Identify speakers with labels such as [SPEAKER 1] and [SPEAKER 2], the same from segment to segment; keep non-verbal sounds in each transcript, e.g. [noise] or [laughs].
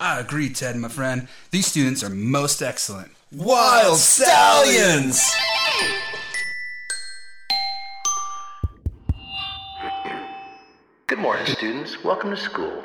[SPEAKER 1] agree, Ted, my friend. These students are most excellent.
[SPEAKER 2] Wild Stallions!
[SPEAKER 3] Good morning, students. Welcome to school.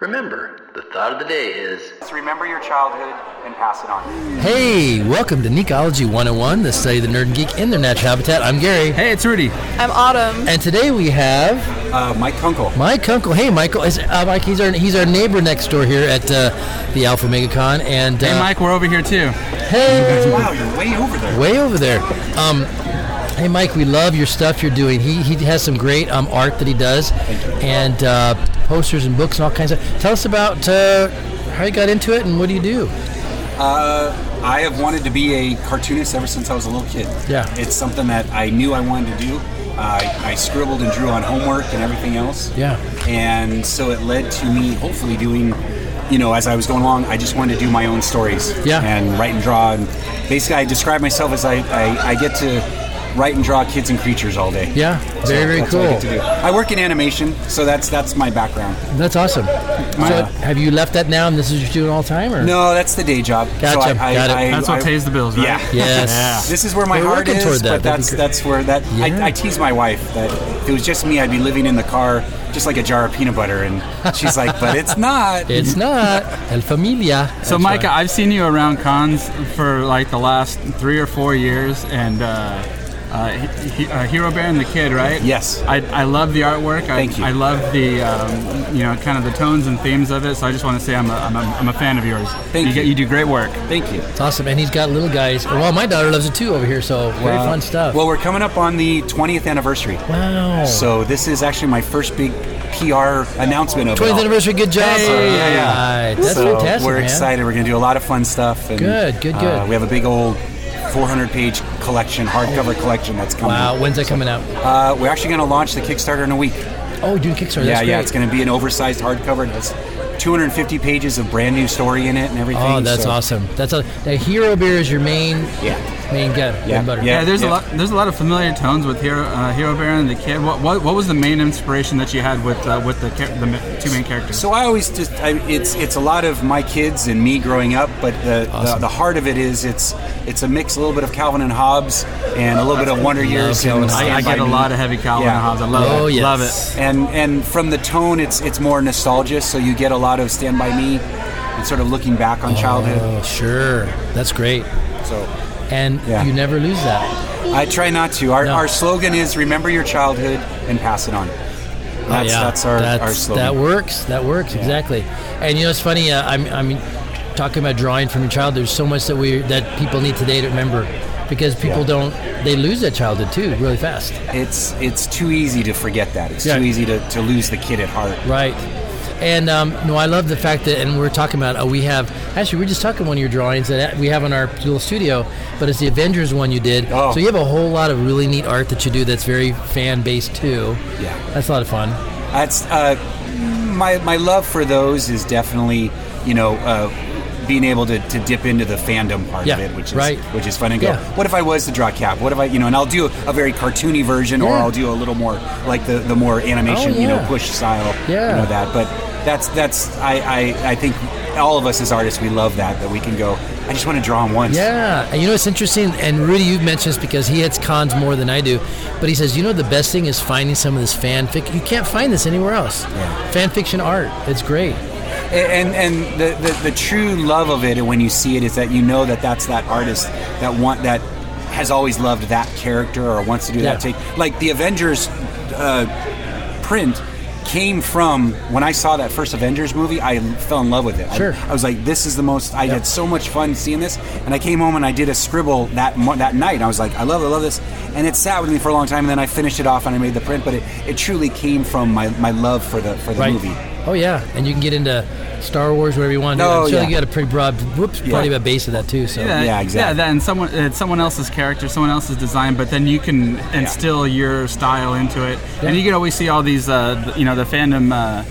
[SPEAKER 3] Remember, the thought of the day is
[SPEAKER 4] Remember your childhood and pass it on.
[SPEAKER 5] Hey, welcome to Necology 101, the study of the nerd and geek in their natural habitat. I'm Gary.
[SPEAKER 6] Hey, it's Rudy.
[SPEAKER 7] I'm Autumn.
[SPEAKER 5] And today we have
[SPEAKER 6] Uh, Mike Kunkel.
[SPEAKER 5] Mike Uncle. Hey, Michael. Is, uh, Mike, he's our he's our neighbor next door here at uh, the Alpha MegaCon. And uh,
[SPEAKER 6] Hey, Mike, we're over here too.
[SPEAKER 5] hey,
[SPEAKER 6] Wow, you're way over there.
[SPEAKER 5] way over there. Um, hey, Mike, we love your stuff you're doing. He he has some great um, art that he does, and uh, posters and books and all kinds of. Tell us about uh, how you got into it and what do you do.
[SPEAKER 6] Uh, I have wanted to be a cartoonist ever since I was a little kid.
[SPEAKER 5] Yeah.
[SPEAKER 6] It's something that I knew I wanted to do. Uh, I scribbled and drew on homework and everything else.
[SPEAKER 5] Yeah.
[SPEAKER 6] And so it led to me hopefully doing, you know, as I was going along, I just wanted to do my own stories.
[SPEAKER 5] Yeah.
[SPEAKER 6] And write and draw. And basically, I describe myself as I, I, I get to write and draw kids and creatures all day.
[SPEAKER 5] Yeah, very very
[SPEAKER 6] That's
[SPEAKER 5] cool.
[SPEAKER 6] what I get to do. I work in animation, so that's that's my background.
[SPEAKER 5] That's awesome. So
[SPEAKER 6] My-
[SPEAKER 5] have you left that now and this is what you're doing all the time? Or?
[SPEAKER 6] No, that's the day job.
[SPEAKER 5] Gotcha. Got it.
[SPEAKER 8] That's what pays the bills, right?
[SPEAKER 6] [laughs] Yeah.
[SPEAKER 5] Yes.
[SPEAKER 6] This is where my
[SPEAKER 5] We're
[SPEAKER 6] heart
[SPEAKER 5] working
[SPEAKER 6] is,
[SPEAKER 5] toward that.
[SPEAKER 6] but
[SPEAKER 5] That'd
[SPEAKER 6] that's
[SPEAKER 5] be
[SPEAKER 6] that's where that
[SPEAKER 5] Yeah.
[SPEAKER 6] I, I tease my wife that if it was just me, I'd be living in the car just like a jar of peanut butter, and she's like, "But it's
[SPEAKER 5] [laughs]
[SPEAKER 6] not." [laughs]
[SPEAKER 5] It's not. El Familia.
[SPEAKER 8] So, Micah, I've seen you around cons for like the last three or four years, and uh, uh, he, he- uh, Hero Bear and the Kid, right?
[SPEAKER 6] Yes.
[SPEAKER 8] I, I love the artwork. I,
[SPEAKER 6] Thank you.
[SPEAKER 8] I love the um, you know kind of the tones and themes of it. So I just want to say I'm a, I'm a, I'm a fan of yours.
[SPEAKER 6] Thank
[SPEAKER 8] get-
[SPEAKER 6] you.
[SPEAKER 8] you do great work.
[SPEAKER 6] Thank you.
[SPEAKER 5] It's awesome. And he's got little guys. Well, my daughter loves it too over here, so very
[SPEAKER 6] Uh,
[SPEAKER 5] fun stuff.
[SPEAKER 6] Well, we're coming up on the 20th anniversary,
[SPEAKER 5] Oh. wow.
[SPEAKER 6] so this is actually my first big PR announcement of it
[SPEAKER 5] 20th
[SPEAKER 6] all.
[SPEAKER 5] anniversary, good job.
[SPEAKER 6] Hey, yeah, yeah.
[SPEAKER 5] Alright, That's
[SPEAKER 6] so
[SPEAKER 5] fantastic,
[SPEAKER 6] We're
[SPEAKER 5] man.
[SPEAKER 6] excited. We're going to do a lot of fun stuff. And,
[SPEAKER 5] Good, good, good.
[SPEAKER 6] Uh, we have a big old 400 page collection, hardcover collection that's coming.
[SPEAKER 5] Oh. Wow, when's that coming out?
[SPEAKER 6] Uh, we're actually going to launch the Kickstarter in a week.
[SPEAKER 5] Oh, doing Kickstarter.
[SPEAKER 6] yeah,
[SPEAKER 5] that's
[SPEAKER 6] yeah.
[SPEAKER 5] great.
[SPEAKER 6] It's going to be an oversized hardcover. It has 250 pages of brand new story in it and everything.
[SPEAKER 5] Oh, that's
[SPEAKER 6] so-
[SPEAKER 5] awesome. That's a that hero beer is your main
[SPEAKER 6] Yeah.
[SPEAKER 5] main gun. bread and butter.
[SPEAKER 8] Yeah,
[SPEAKER 6] Yeah,
[SPEAKER 8] there's
[SPEAKER 6] yeah.
[SPEAKER 8] a lot. There's a lot of familiar tones with Hero, uh, Hero Bear and the Kid. What, what what was the main inspiration that you had with uh, with the, cha- the ma- two main characters?
[SPEAKER 6] So I always just I, it's it's a lot of my kids and me growing up, but the, the the heart of it is it's it's a mix, a little bit of Calvin and Hobbes, and a little bit of Wonder Years.
[SPEAKER 5] Calvin
[SPEAKER 6] and
[SPEAKER 5] and
[SPEAKER 6] Stand
[SPEAKER 8] I, I
[SPEAKER 6] By
[SPEAKER 8] get a
[SPEAKER 6] Me.
[SPEAKER 8] lot of heavy Calvin
[SPEAKER 6] Yeah.
[SPEAKER 8] and Hobbes. I love
[SPEAKER 5] Oh,
[SPEAKER 8] it.
[SPEAKER 5] yes.
[SPEAKER 8] Love it.
[SPEAKER 6] and and from the tone, it's it's more nostalgia. So you get a lot of Stand by Me, and sort of looking back on childhood.
[SPEAKER 5] Oh, sure. That's great.
[SPEAKER 6] So
[SPEAKER 5] And
[SPEAKER 6] Yeah.
[SPEAKER 5] you never lose that.
[SPEAKER 6] I try not to. Our,
[SPEAKER 5] No.
[SPEAKER 6] our slogan is "Remember your childhood and pass it on." That's
[SPEAKER 5] yeah.
[SPEAKER 6] that's our
[SPEAKER 5] That's-
[SPEAKER 6] our slogan.
[SPEAKER 5] That works. That works exactly. And you know, it's funny. Uh, I'm I'm talking about drawing from your childhood. There's so much that we that people need today to remember because people
[SPEAKER 6] Yeah.
[SPEAKER 5] don't they lose their childhood too really fast.
[SPEAKER 6] It's it's too easy to forget that. It's
[SPEAKER 5] Yeah.
[SPEAKER 6] too easy to, to lose the kid at heart.
[SPEAKER 5] Right. And um, no, I love the fact that, and we're talking about uh, we have actually we are just talking one of your drawings that uh, we have in our little studio, but it's the Avengers one you did.
[SPEAKER 6] Oh.
[SPEAKER 5] So you have a whole lot of really neat art that you do that's very fan based too.
[SPEAKER 6] Yeah.
[SPEAKER 5] that's a lot of fun.
[SPEAKER 6] That's uh, my my love for those is definitely you know. Uh, being able to, to dip into the fandom part
[SPEAKER 5] Yeah,
[SPEAKER 6] of it, which is
[SPEAKER 5] right.
[SPEAKER 6] which is fun, and go.
[SPEAKER 5] Yeah.
[SPEAKER 6] What if I was to draw Cap? What if I, you know? And I'll do a very cartoony version, or
[SPEAKER 5] Yeah.
[SPEAKER 6] I'll do a little more like the, the more animation,
[SPEAKER 5] Oh,
[SPEAKER 6] you know,
[SPEAKER 5] yeah.
[SPEAKER 6] push style,
[SPEAKER 5] Yeah.
[SPEAKER 6] you know that. But that's that's I, I I think all of us as artists we love that that we can go. I just want to draw him once.
[SPEAKER 5] Yeah, and you know it's interesting, and Rudy, you've mentioned this because he hits cons more than I do, but he says you know the best thing is finding some of this fan fic. You can't find this anywhere else.
[SPEAKER 6] Yeah.
[SPEAKER 5] Fan fiction art, it's great.
[SPEAKER 6] and and the, the the true love of it and when you see it is that you know that that's that artist that want that has always loved that character or wants to do that
[SPEAKER 5] Yeah.
[SPEAKER 6] take like the avengers uh, print came from when i saw that first avengers movie i fell in love with it I-
[SPEAKER 5] Sure.
[SPEAKER 6] I, was like this is the most i had so much fun seeing this and i came home and i did a scribble that mo- that night and i was like i love it, i love this and it sat with me for a long time and then i finished it off and i made the print but it, it truly came from my, my love for the for the
[SPEAKER 5] Right.
[SPEAKER 6] movie
[SPEAKER 5] Oh yeah, and you can get into Star Wars wherever you want. to.
[SPEAKER 6] No,
[SPEAKER 5] I'm sure
[SPEAKER 6] Oh, yeah.
[SPEAKER 5] you got a pretty broad, whoops, probably a base of that too. So
[SPEAKER 8] Yeah,
[SPEAKER 6] Yeah,
[SPEAKER 8] Yeah,
[SPEAKER 6] exactly.
[SPEAKER 8] that, and someone it's someone else's character, someone else's design, but then you can instill your style into it, and you can always see all these, uh, th- you know, the fandom. Uh,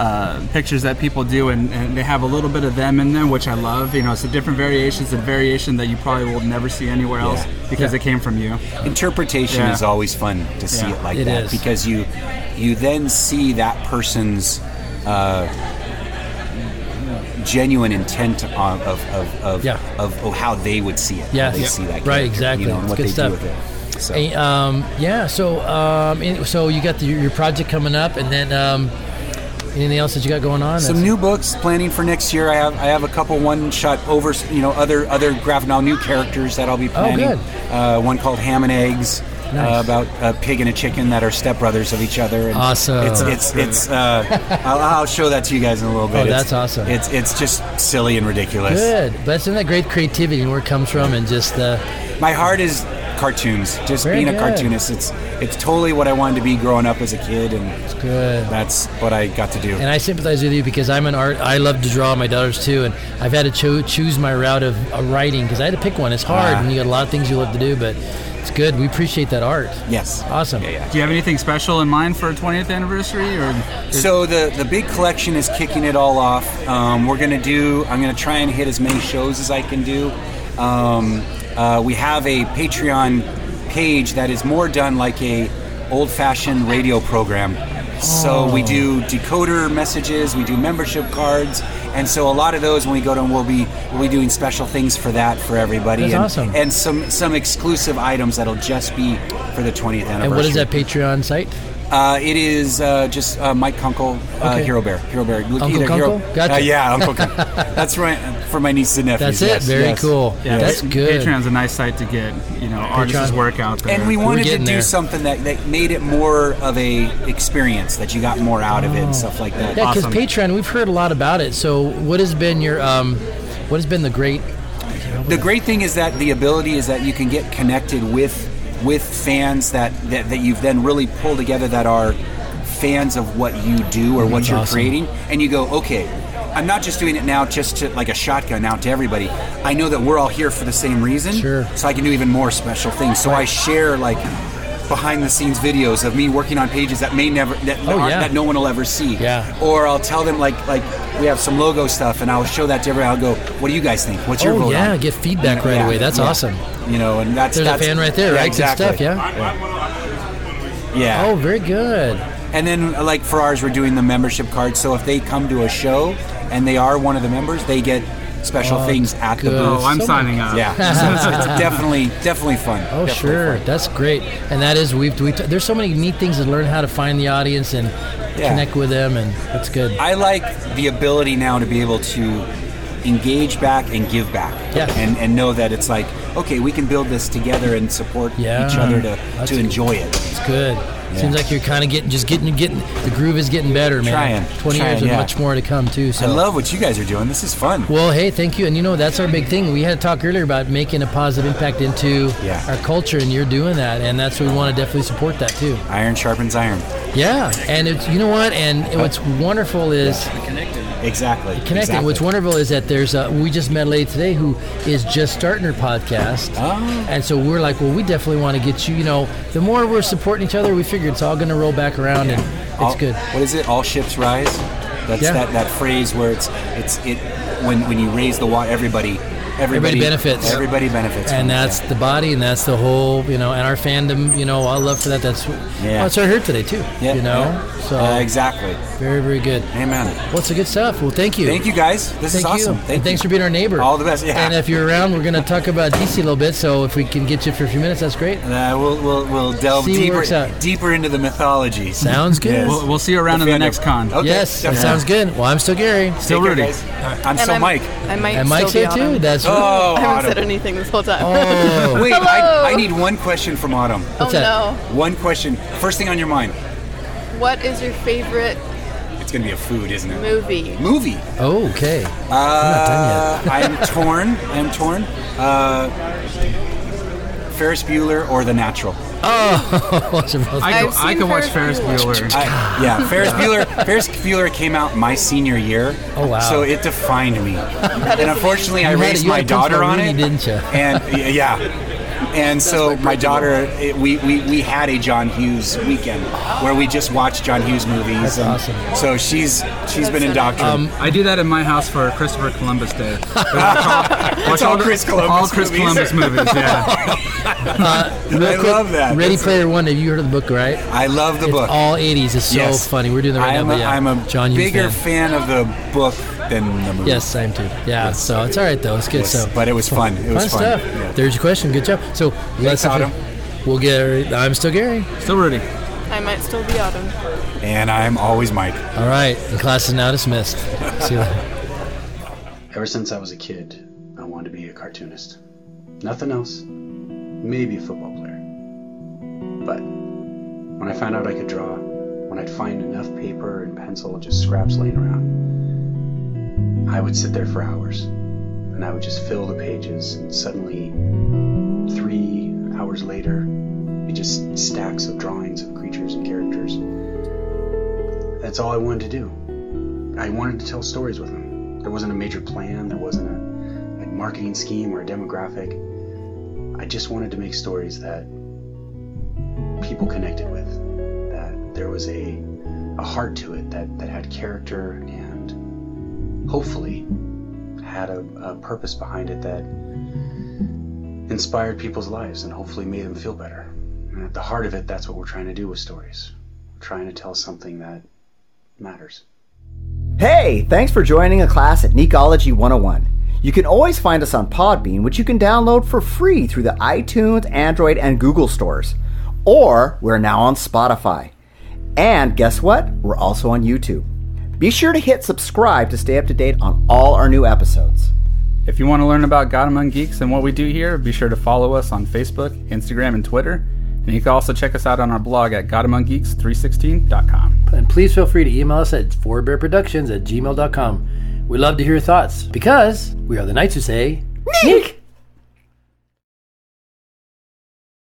[SPEAKER 8] uh, pictures that people do, and, and they have a little bit of them in them, which I love. You know, it's a different variations, a variation that you probably will never see anywhere else because
[SPEAKER 5] Yeah.
[SPEAKER 8] it came from you.
[SPEAKER 6] interpretation
[SPEAKER 8] Yeah.
[SPEAKER 6] is always fun to see
[SPEAKER 8] Yeah.
[SPEAKER 6] it like
[SPEAKER 5] It
[SPEAKER 6] that
[SPEAKER 5] is.
[SPEAKER 6] because you you then see that person's uh, genuine intent on, of of of,
[SPEAKER 5] Yeah.
[SPEAKER 6] of of how they would see it.
[SPEAKER 5] Yeah.
[SPEAKER 6] how they
[SPEAKER 5] Yeah.
[SPEAKER 6] see that.
[SPEAKER 5] Right,
[SPEAKER 6] character,
[SPEAKER 5] exactly.
[SPEAKER 6] You know, and
[SPEAKER 5] It's
[SPEAKER 6] what
[SPEAKER 5] good
[SPEAKER 6] they
[SPEAKER 5] stuff.
[SPEAKER 6] do with it. So.
[SPEAKER 5] Hey, um, yeah. So, um, and- so you got the, your project coming up, and then um, anything else that you got going on?
[SPEAKER 6] some new books planning for next year. I have I have a couple one shot over you know other other graphic novel new characters that I'll be planning.
[SPEAKER 5] Oh, good.
[SPEAKER 6] Uh, one called Ham and Eggs. Uh,
[SPEAKER 5] Nice.
[SPEAKER 6] about a pig and a chicken that are stepbrothers of each other. And
[SPEAKER 5] Awesome.
[SPEAKER 6] It's it's it's. Uh,
[SPEAKER 5] [laughs]
[SPEAKER 6] I'll, I'll show that to you guys in a little bit.
[SPEAKER 5] Oh,
[SPEAKER 6] It's-
[SPEAKER 5] that's awesome.
[SPEAKER 6] It's it's just silly and ridiculous.
[SPEAKER 5] Good, but isn't that great creativity and where it comes from, and just uh,
[SPEAKER 6] My heart is cartoons. Just
[SPEAKER 5] Very
[SPEAKER 6] being
[SPEAKER 5] good.
[SPEAKER 6] a cartoonist. It's it's totally what I wanted to be growing up as a kid, and
[SPEAKER 5] good.
[SPEAKER 6] that's what I got to do.
[SPEAKER 5] And I sympathize with you because I'm an art. I love to draw my daughters too, and I've had to cho- choose my route of uh, writing because I had to pick one. It's hard,
[SPEAKER 6] Ah.
[SPEAKER 5] and you got a lot of things you love to do, but it's good. We appreciate that art.
[SPEAKER 6] yes.
[SPEAKER 5] Awesome.
[SPEAKER 6] Yeah, yeah.
[SPEAKER 8] Do you have anything special in mind for a 20th anniversary, or
[SPEAKER 6] So the the big collection is kicking it all off. Um, we're gonna do. I'm gonna try and hit as many shows as I can do. Um, uh, we have a Patreon page that is more done like a old fashioned radio program. So
[SPEAKER 5] Oh.
[SPEAKER 6] we do decoder messages, we do membership cards, and so a lot of those when we go to them, we'll be we'll be doing special things for that for everybody.
[SPEAKER 5] That's
[SPEAKER 6] and,
[SPEAKER 5] awesome.
[SPEAKER 6] And some some exclusive items that'll just be for the 20th anniversary.
[SPEAKER 5] And what is that Patreon site?
[SPEAKER 6] Uh, it is uh, just uh, Mike Kunkel, uh,
[SPEAKER 5] Okay.
[SPEAKER 6] Hero Bear. Hero Bear. Look,
[SPEAKER 5] Uncle Kunkel? Gotcha.
[SPEAKER 6] Uh, yeah,
[SPEAKER 5] [laughs]
[SPEAKER 6] Uncle Kunkel. That's right, for my nieces and nephews.
[SPEAKER 5] That's it.
[SPEAKER 6] yes,
[SPEAKER 5] Very
[SPEAKER 6] yes.
[SPEAKER 5] cool.
[SPEAKER 8] Yeah,
[SPEAKER 5] That's
[SPEAKER 8] Pa-
[SPEAKER 5] good.
[SPEAKER 8] Patreon's a nice site to get you know artists'
[SPEAKER 5] Patreon.
[SPEAKER 8] work out there.
[SPEAKER 6] And we wanted to
[SPEAKER 5] getting
[SPEAKER 6] do
[SPEAKER 5] there.
[SPEAKER 6] something that, that made it more of a experience, that you got more out of it and stuff like that.
[SPEAKER 5] Oh. Yeah, because
[SPEAKER 8] Awesome.
[SPEAKER 5] Patreon, we've heard a lot about it. So, what has been your, um, what has been the great?
[SPEAKER 6] the great thing is that the ability is that you can get connected with with fans that that, that you've then really pulled together that are fans of what you do or what
[SPEAKER 5] That's
[SPEAKER 6] you're
[SPEAKER 5] Mm-hmm. awesome.
[SPEAKER 6] creating and you go okay i'm not just doing it now just to like a shotgun out to everybody i know that we're all here for the same reason
[SPEAKER 5] Sure.
[SPEAKER 6] so i can do even more special things so i share like behind the scenes videos of me working on pages that may never that, that,
[SPEAKER 5] Oh,
[SPEAKER 6] aren't-
[SPEAKER 5] yeah.
[SPEAKER 6] that no one will ever see
[SPEAKER 5] Yeah.
[SPEAKER 6] or i'll tell them like like we have some logo stuff and i'll show that to everyone i'll go what do you guys think what's your
[SPEAKER 5] oh
[SPEAKER 6] vote
[SPEAKER 5] yeah,
[SPEAKER 6] on?
[SPEAKER 5] get feedback right
[SPEAKER 6] Yeah,
[SPEAKER 5] away. That's
[SPEAKER 6] yeah.
[SPEAKER 5] awesome.
[SPEAKER 6] You know, and that's
[SPEAKER 5] There's a
[SPEAKER 6] that's,
[SPEAKER 5] fan right there,
[SPEAKER 6] yeah,
[SPEAKER 5] right?
[SPEAKER 6] Exactly.
[SPEAKER 5] Good stuff. Yeah.
[SPEAKER 6] Yeah.
[SPEAKER 5] Oh, very good.
[SPEAKER 6] And then, uh, like for ours, we're doing the membership card. So if they come to a show and they are one of the members, they get special things at the
[SPEAKER 5] good.
[SPEAKER 6] booth.
[SPEAKER 8] oh, I'm
[SPEAKER 5] So-
[SPEAKER 8] signing up.
[SPEAKER 6] yeah.
[SPEAKER 5] [laughs]
[SPEAKER 6] so it's, it's definitely definitely fun.
[SPEAKER 5] Oh,
[SPEAKER 6] Definitely
[SPEAKER 5] sure.
[SPEAKER 6] fun.
[SPEAKER 5] That's great. And that is we've we t- there's so many neat things to learn how to find the audience and
[SPEAKER 6] Yeah.
[SPEAKER 5] connect with them, and that's good.
[SPEAKER 6] I like the ability now to be able to engage back and give back.
[SPEAKER 5] Yeah.
[SPEAKER 6] And and know that it's like okay, we can build this together and support
[SPEAKER 5] Yeah.
[SPEAKER 6] each other to
[SPEAKER 5] That's-
[SPEAKER 6] to enjoy it.
[SPEAKER 5] It's good. Seems like you're kind of getting just getting getting the groove is getting better, man.
[SPEAKER 6] Trying.
[SPEAKER 5] Twenty
[SPEAKER 6] Trying,
[SPEAKER 5] years and
[SPEAKER 6] yeah.
[SPEAKER 5] much more to come too.
[SPEAKER 6] I
[SPEAKER 5] So
[SPEAKER 6] love what you guys are doing. This is fun.
[SPEAKER 5] Well, hey, thank you. And you know, that's our big thing. We had to talk earlier about making a positive impact into
[SPEAKER 6] Yeah.
[SPEAKER 5] our culture, and you're doing that. And that's what we want to definitely support that too.
[SPEAKER 6] Iron sharpens iron.
[SPEAKER 5] Yeah. And it's, you know what? And what's wonderful is
[SPEAKER 6] Exactly.
[SPEAKER 5] connecting.
[SPEAKER 6] Exactly.
[SPEAKER 5] What's wonderful is that there's a, we just met a lady today who is just starting her podcast.
[SPEAKER 6] Oh.
[SPEAKER 5] And so we're like, well, we definitely want to get you, you know, the more we're supporting each other, we figure it's all going to roll back around and it's
[SPEAKER 6] All-
[SPEAKER 5] good.
[SPEAKER 6] What is it? All ships rise. That's
[SPEAKER 5] Yeah.
[SPEAKER 6] that, that phrase where it's it's it when when you raise the water, everybody everybody,
[SPEAKER 5] Everybody benefits.
[SPEAKER 6] Everybody benefits. from
[SPEAKER 5] and
[SPEAKER 6] it,
[SPEAKER 5] that's
[SPEAKER 6] yeah.
[SPEAKER 5] the body, and that's the whole, you know, and our fandom, you know, our love for that. That's oh,
[SPEAKER 6] Yeah.
[SPEAKER 5] well, that's our hurt today too.
[SPEAKER 6] Yeah,
[SPEAKER 5] you know,
[SPEAKER 6] yeah.
[SPEAKER 5] so
[SPEAKER 6] Uh, exactly.
[SPEAKER 5] very, very good.
[SPEAKER 6] Amen.
[SPEAKER 5] Well, it's a good stuff. Well, thank you.
[SPEAKER 6] Thank you guys. This is
[SPEAKER 5] Thank
[SPEAKER 6] awesome.
[SPEAKER 5] you. and thanks for being our neighbor.
[SPEAKER 6] All the best. Yeah.
[SPEAKER 5] And if you're around, we're going to talk about DC a little bit. So if we can get you for a few minutes, that's great.
[SPEAKER 6] Uh, we'll, we'll, we'll delve
[SPEAKER 5] See what
[SPEAKER 6] deeper
[SPEAKER 5] works out.
[SPEAKER 6] deeper into the mythology.
[SPEAKER 5] Sounds good.
[SPEAKER 6] Yes.
[SPEAKER 8] We'll, we'll see you around in the
[SPEAKER 6] fandom.
[SPEAKER 8] next con.
[SPEAKER 6] Okay,
[SPEAKER 5] yes, that
[SPEAKER 6] definitely.
[SPEAKER 5] sounds good. Well, I'm still Gary.
[SPEAKER 6] Take
[SPEAKER 8] Still
[SPEAKER 6] care,
[SPEAKER 8] Rudy.
[SPEAKER 6] guys. I'm so
[SPEAKER 7] I'm-
[SPEAKER 6] Mike.
[SPEAKER 7] I might
[SPEAKER 5] And
[SPEAKER 7] still
[SPEAKER 5] Mike's
[SPEAKER 7] be
[SPEAKER 5] here
[SPEAKER 7] on
[SPEAKER 5] too.
[SPEAKER 7] him.
[SPEAKER 5] That's right.
[SPEAKER 6] Oh,
[SPEAKER 7] [laughs] I haven't said
[SPEAKER 6] Autumn.
[SPEAKER 7] anything this whole time.
[SPEAKER 5] Oh,
[SPEAKER 6] Wait, I, I
[SPEAKER 7] Hello.
[SPEAKER 6] need one question from Autumn.
[SPEAKER 7] oh
[SPEAKER 5] what's that?
[SPEAKER 7] no!
[SPEAKER 6] One question. First thing on your mind.
[SPEAKER 7] What is your favorite
[SPEAKER 6] It's gonna be a food, isn't it?
[SPEAKER 7] movie?
[SPEAKER 6] Movie.
[SPEAKER 5] Oh, okay. [laughs]
[SPEAKER 6] Uh, I'm torn. I'm torn. Uh, Ferris Bueller or The Natural?
[SPEAKER 5] Oh,
[SPEAKER 8] I,
[SPEAKER 7] I've
[SPEAKER 8] could- I
[SPEAKER 7] seen
[SPEAKER 8] could watch
[SPEAKER 7] Ferris
[SPEAKER 8] Ferris Bueller.
[SPEAKER 6] I, yeah, Ferris Bueller. Ferris Bueller came out my senior year.
[SPEAKER 5] Oh, wow.
[SPEAKER 6] So it defined me. and unfortunately, I
[SPEAKER 5] You had it-
[SPEAKER 6] raised
[SPEAKER 5] you
[SPEAKER 6] my
[SPEAKER 5] had Prince
[SPEAKER 6] daughter on
[SPEAKER 5] Martini,
[SPEAKER 6] it. [laughs]
[SPEAKER 5] didn't ya?
[SPEAKER 6] And y- yeah, and so my daughter, it, we, we we had a John Hughes weekend where we just watched John Hughes movies.
[SPEAKER 5] That's
[SPEAKER 6] and
[SPEAKER 5] awesome.
[SPEAKER 6] So she's she's been
[SPEAKER 7] so
[SPEAKER 6] indoctrinated.
[SPEAKER 8] Um, I do that in my house for Christopher
[SPEAKER 6] [laughs]
[SPEAKER 8] Columbus Day. Watch
[SPEAKER 6] all Chris Columbus
[SPEAKER 8] All Chris
[SPEAKER 6] movies.
[SPEAKER 8] Columbus movies. Yeah.
[SPEAKER 5] I
[SPEAKER 6] love that.
[SPEAKER 5] Ready
[SPEAKER 6] That's-
[SPEAKER 5] Player One. Have you heard of the book, right?
[SPEAKER 6] [laughs] I love the
[SPEAKER 5] It's
[SPEAKER 6] book.
[SPEAKER 5] all 80s. It's so
[SPEAKER 6] Yes.
[SPEAKER 5] funny. We're doing that right
[SPEAKER 6] I'm
[SPEAKER 5] now.
[SPEAKER 6] A,
[SPEAKER 5] but yeah,
[SPEAKER 6] I'm a
[SPEAKER 5] John Hughes
[SPEAKER 6] bigger
[SPEAKER 5] fan.
[SPEAKER 6] fan. of the book than the movie.
[SPEAKER 5] Yes, I am too. Yeah, so it's all right though. It's good.
[SPEAKER 6] Yes,
[SPEAKER 5] So
[SPEAKER 6] but it was fun. It was
[SPEAKER 5] fun
[SPEAKER 6] fun.
[SPEAKER 5] stuff.
[SPEAKER 6] Yeah.
[SPEAKER 5] There's your question. Good job. So let's
[SPEAKER 6] Autumn.
[SPEAKER 5] We'll get. I'm still Gary.
[SPEAKER 6] Oh.
[SPEAKER 8] Still Rudy.
[SPEAKER 7] I might still be autumn.
[SPEAKER 6] And I'm always Mike.
[SPEAKER 5] All right, and class is now dismissed. See you later.
[SPEAKER 9] Ever since I was a kid, I wanted to be a cartoonist. Nothing else. Maybe a football player. But when I found out I could draw, when I'd find enough paper and pencil, just scraps laying around, I would sit there for hours. And I would just fill the pages, and suddenly, three hours later, it just stacks of drawings of creatures and characters. That's all I wanted to do. I wanted to tell stories with them. There wasn't a major plan, there wasn't a, a marketing scheme or a demographic. I just wanted to make stories that people connected with, that there was a, a heart to it, that, that had character and hopefully had a, a purpose behind it that inspired people's lives and hopefully made them feel better. And at the heart of it, that's what we're trying to do with stories. We're trying to tell something that matters.
[SPEAKER 10] Hey, thanks for joining a class at Necology 101. You can always find us on Podbean, which you can download for free through the iTunes, Android, and Google stores. Or we're now on Spotify. And guess what? We're also on YouTube. Be sure to hit subscribe to stay up to date on all our new episodes.
[SPEAKER 8] If you want to learn about God Among Geeks and what we do here, be sure to follow us on Facebook, Instagram, and Twitter. And you can also check us out on our blog at GodAmongGeeks316.com.
[SPEAKER 5] And please feel free to email us at forbearproductions at gmail.com. We love to hear your thoughts because we are the Knights who say, Nick!